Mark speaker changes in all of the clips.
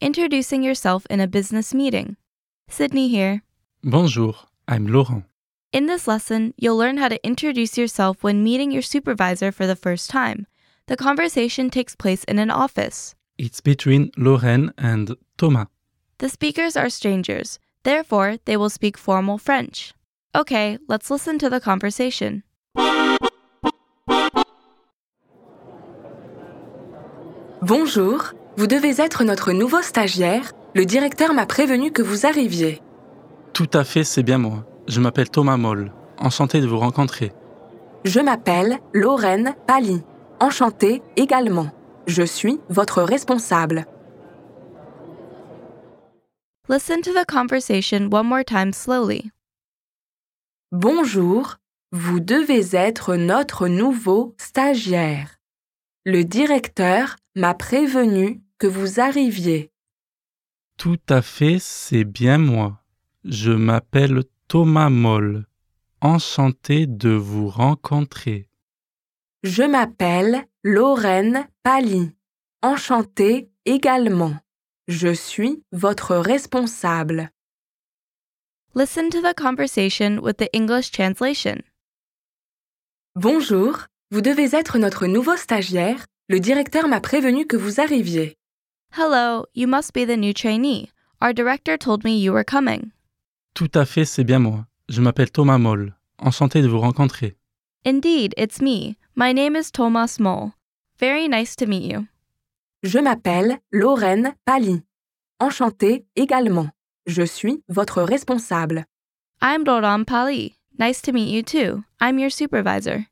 Speaker 1: introducing yourself in a business meeting. Sydney here.
Speaker 2: Bonjour, I'm Laurent.
Speaker 1: In this lesson, you'll learn how to introduce yourself when meeting your supervisor for the first time. The conversation takes place in an office.
Speaker 2: It's between Lorraine and Thomas.
Speaker 1: The speakers are strangers, therefore, they will speak formal French. Okay, let's listen to the conversation.
Speaker 3: Bonjour, vous devez être notre nouveau stagiaire. Le directeur m'a prévenu que vous arriviez.
Speaker 2: Tout à fait, c'est bien moi. Je m'appelle Thomas Moll. Enchanté de vous rencontrer.
Speaker 3: Je m'appelle Lorraine Pali. Enchantée également. Je suis votre responsable.
Speaker 1: Listen to the conversation one more time slowly.
Speaker 3: Bonjour, vous devez être notre nouveau stagiaire. Le directeur m'a prévenu que vous arriviez.
Speaker 2: Tout à fait, c'est bien moi. Je m'appelle Thomas Moll. Enchanté de vous rencontrer.
Speaker 3: Je m'appelle Lorraine Pali. Enchantée également. Je suis votre responsable.
Speaker 1: Listen to the conversation with the English translation.
Speaker 3: Bonjour, vous devez être notre nouveau stagiaire. Le directeur m'a prévenu que vous arriviez.
Speaker 1: Hello, you must be the new trainee. Our director told me you were coming.
Speaker 2: Tout à fait, c'est bien moi. Je m'appelle Thomas Moll. Enchanté de vous rencontrer.
Speaker 1: Indeed, it's me. My name is Thomas Moll. Very nice to meet you.
Speaker 3: Je m'appelle Lorraine Pali. Enchantée également. Je suis votre responsable.
Speaker 1: I'm Doram Pali. Nice to meet you too. I'm your supervisor.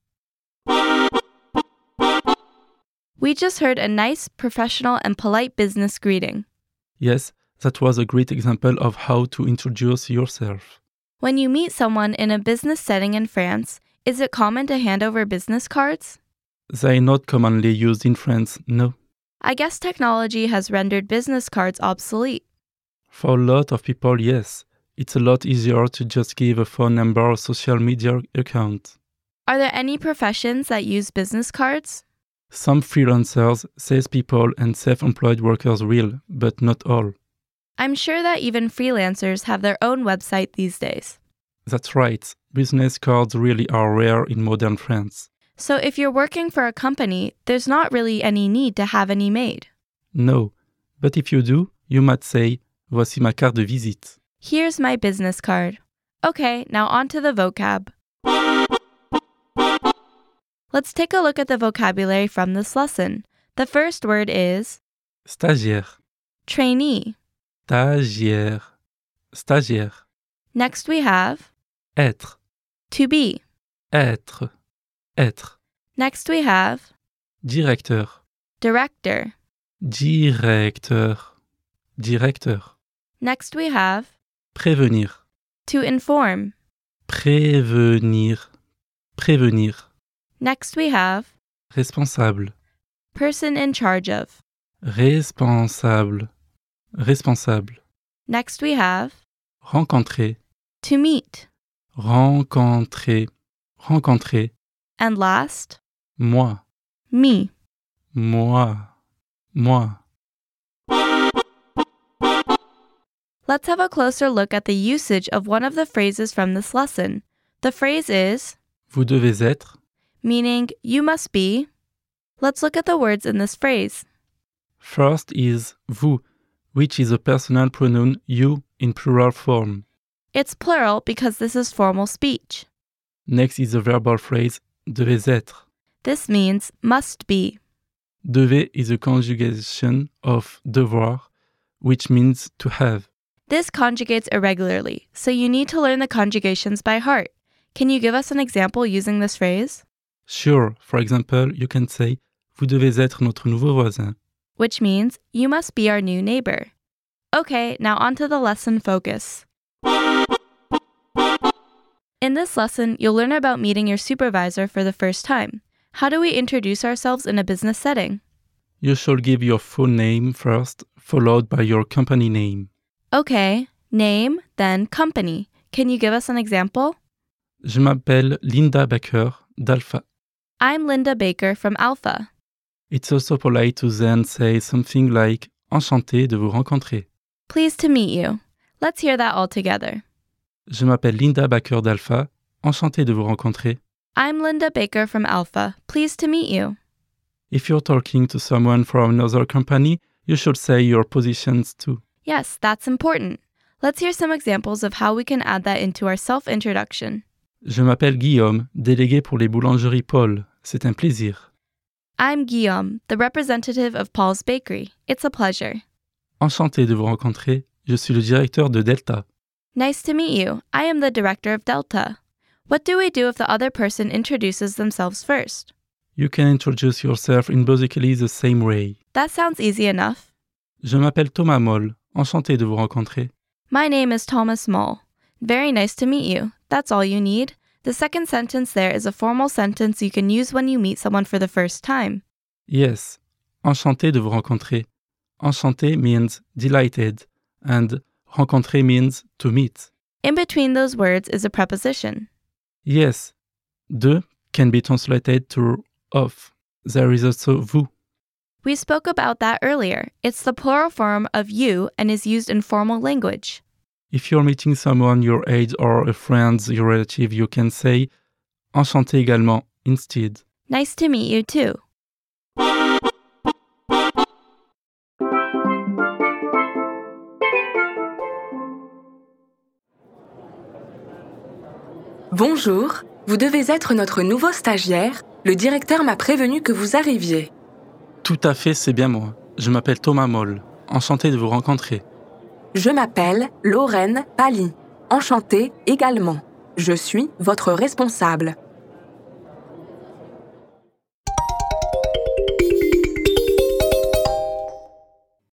Speaker 1: We just heard a nice, professional, and polite business greeting.
Speaker 2: Yes, that was a great example of how to introduce yourself.
Speaker 1: When you meet someone in a business setting in France, is it common to hand over business cards?
Speaker 2: They are not commonly used in France, no.
Speaker 1: I guess technology has rendered business cards obsolete.
Speaker 2: For a lot of people, yes. It's a lot easier to just give a phone number or social media account.
Speaker 1: Are there any professions that use business cards?
Speaker 2: Some freelancers, salespeople, and self employed workers will, but not all.
Speaker 1: I'm sure that even freelancers have their own website these days.
Speaker 2: That's right, business cards really are rare in modern France.
Speaker 1: So if you're working for a company, there's not really any need to have any made.
Speaker 2: No, but if you do, you might say, Voici ma carte de visite.
Speaker 1: Here's my business card. Okay, now on to the vocab. Let's take a look at the vocabulary from this lesson. The first word is
Speaker 2: Stagiaire,
Speaker 1: trainee.
Speaker 2: stagiaire, stagiaire.
Speaker 1: Next we have
Speaker 2: Être,
Speaker 1: to be.
Speaker 2: être, être.
Speaker 1: Next we have
Speaker 2: Directeur,
Speaker 1: director.
Speaker 2: directeur, directeur.
Speaker 1: Next we have
Speaker 2: Prévenir,
Speaker 1: to inform.
Speaker 2: prévenir, prévenir.
Speaker 1: Next we have
Speaker 2: Responsable,
Speaker 1: person in charge of.
Speaker 2: responsable, responsable.
Speaker 1: Next we have
Speaker 2: Rencontrer,
Speaker 1: to meet.
Speaker 2: rencontrer, rencontrer.
Speaker 1: And last,
Speaker 2: Moi,
Speaker 1: me.
Speaker 2: moi, moi.
Speaker 1: Let's have a closer look at the usage of one of the phrases from this lesson. The phrase is,
Speaker 2: Vous devez être
Speaker 1: meaning you must be. Let's look at the words in this phrase.
Speaker 2: First is vous, which is a personal pronoun you in plural form.
Speaker 1: It's plural because this is formal speech.
Speaker 2: Next is the verbal phrase devez être.
Speaker 1: This means must be.
Speaker 2: Devez is a conjugation of devoir, which means to have.
Speaker 1: This conjugates irregularly, so you need to learn the conjugations by heart. Can you give us an example using this phrase?
Speaker 2: Sure, for example, you can say Vous devez être notre nouveau voisin.
Speaker 1: Which means you must be our new neighbor. Okay, now on to the lesson focus. In this lesson, you'll learn about meeting your supervisor for the first time. How do we introduce ourselves in a business setting?
Speaker 2: You shall give your full name first, followed by your company name.
Speaker 1: Okay, name, then company. Can you give us an example?
Speaker 2: Je m'appelle Linda Baker d'Alpha.
Speaker 1: I'm Linda Baker from Alpha.
Speaker 2: It's also polite to then say something like Enchanté de vous rencontrer.
Speaker 1: Pleased to meet you. Let's hear that all together.
Speaker 2: Je m'appelle Linda Baker d'Alpha. Enchanté de vous rencontrer.
Speaker 1: I'm Linda Baker from Alpha. Pleased to meet you.
Speaker 2: If you're talking to someone from another company, you should say your positions too.
Speaker 1: Yes, that's important. Let's hear some examples of how we can add that into our self introduction.
Speaker 2: Je m'appelle Guillaume, délégué pour les boulangeries Paul. C'est un plaisir.
Speaker 1: I'm Guillaume, the representative of Paul's Bakery. It's a pleasure.
Speaker 2: Enchanté de vous rencontrer. Je suis le directeur de Delta.
Speaker 1: Nice to meet you. I am the director of Delta. What do we do if the other person introduces themselves first?
Speaker 2: You can introduce yourself in basically the same way.
Speaker 1: That sounds easy enough.
Speaker 2: Je m'appelle Thomas Moll. Enchanté de vous rencontrer.
Speaker 1: My name is Thomas Moll. Very nice to meet you. That's all you need. The second sentence there is a formal sentence you can use when you meet someone for the first time.
Speaker 2: Yes. Enchanté de vous rencontrer. Enchanté means delighted and rencontrer means to meet.
Speaker 1: In between those words is a preposition.
Speaker 2: Yes. De can be translated to of. There is also vous.
Speaker 1: We spoke about that earlier. It's the plural form of you and is used in formal language.
Speaker 2: If you're meeting someone your age or a friend, your relative, you can say enchanté également instead.
Speaker 1: Nice to meet you too.
Speaker 3: Bonjour, vous devez être notre nouveau stagiaire. Le directeur m'a prévenu que vous arriviez.
Speaker 2: Tout à fait, c'est bien moi. Je m'appelle Thomas Moll. Enchanté de vous rencontrer.
Speaker 3: Je m'appelle Lorraine Pali. Enchantée également. Je suis votre responsable.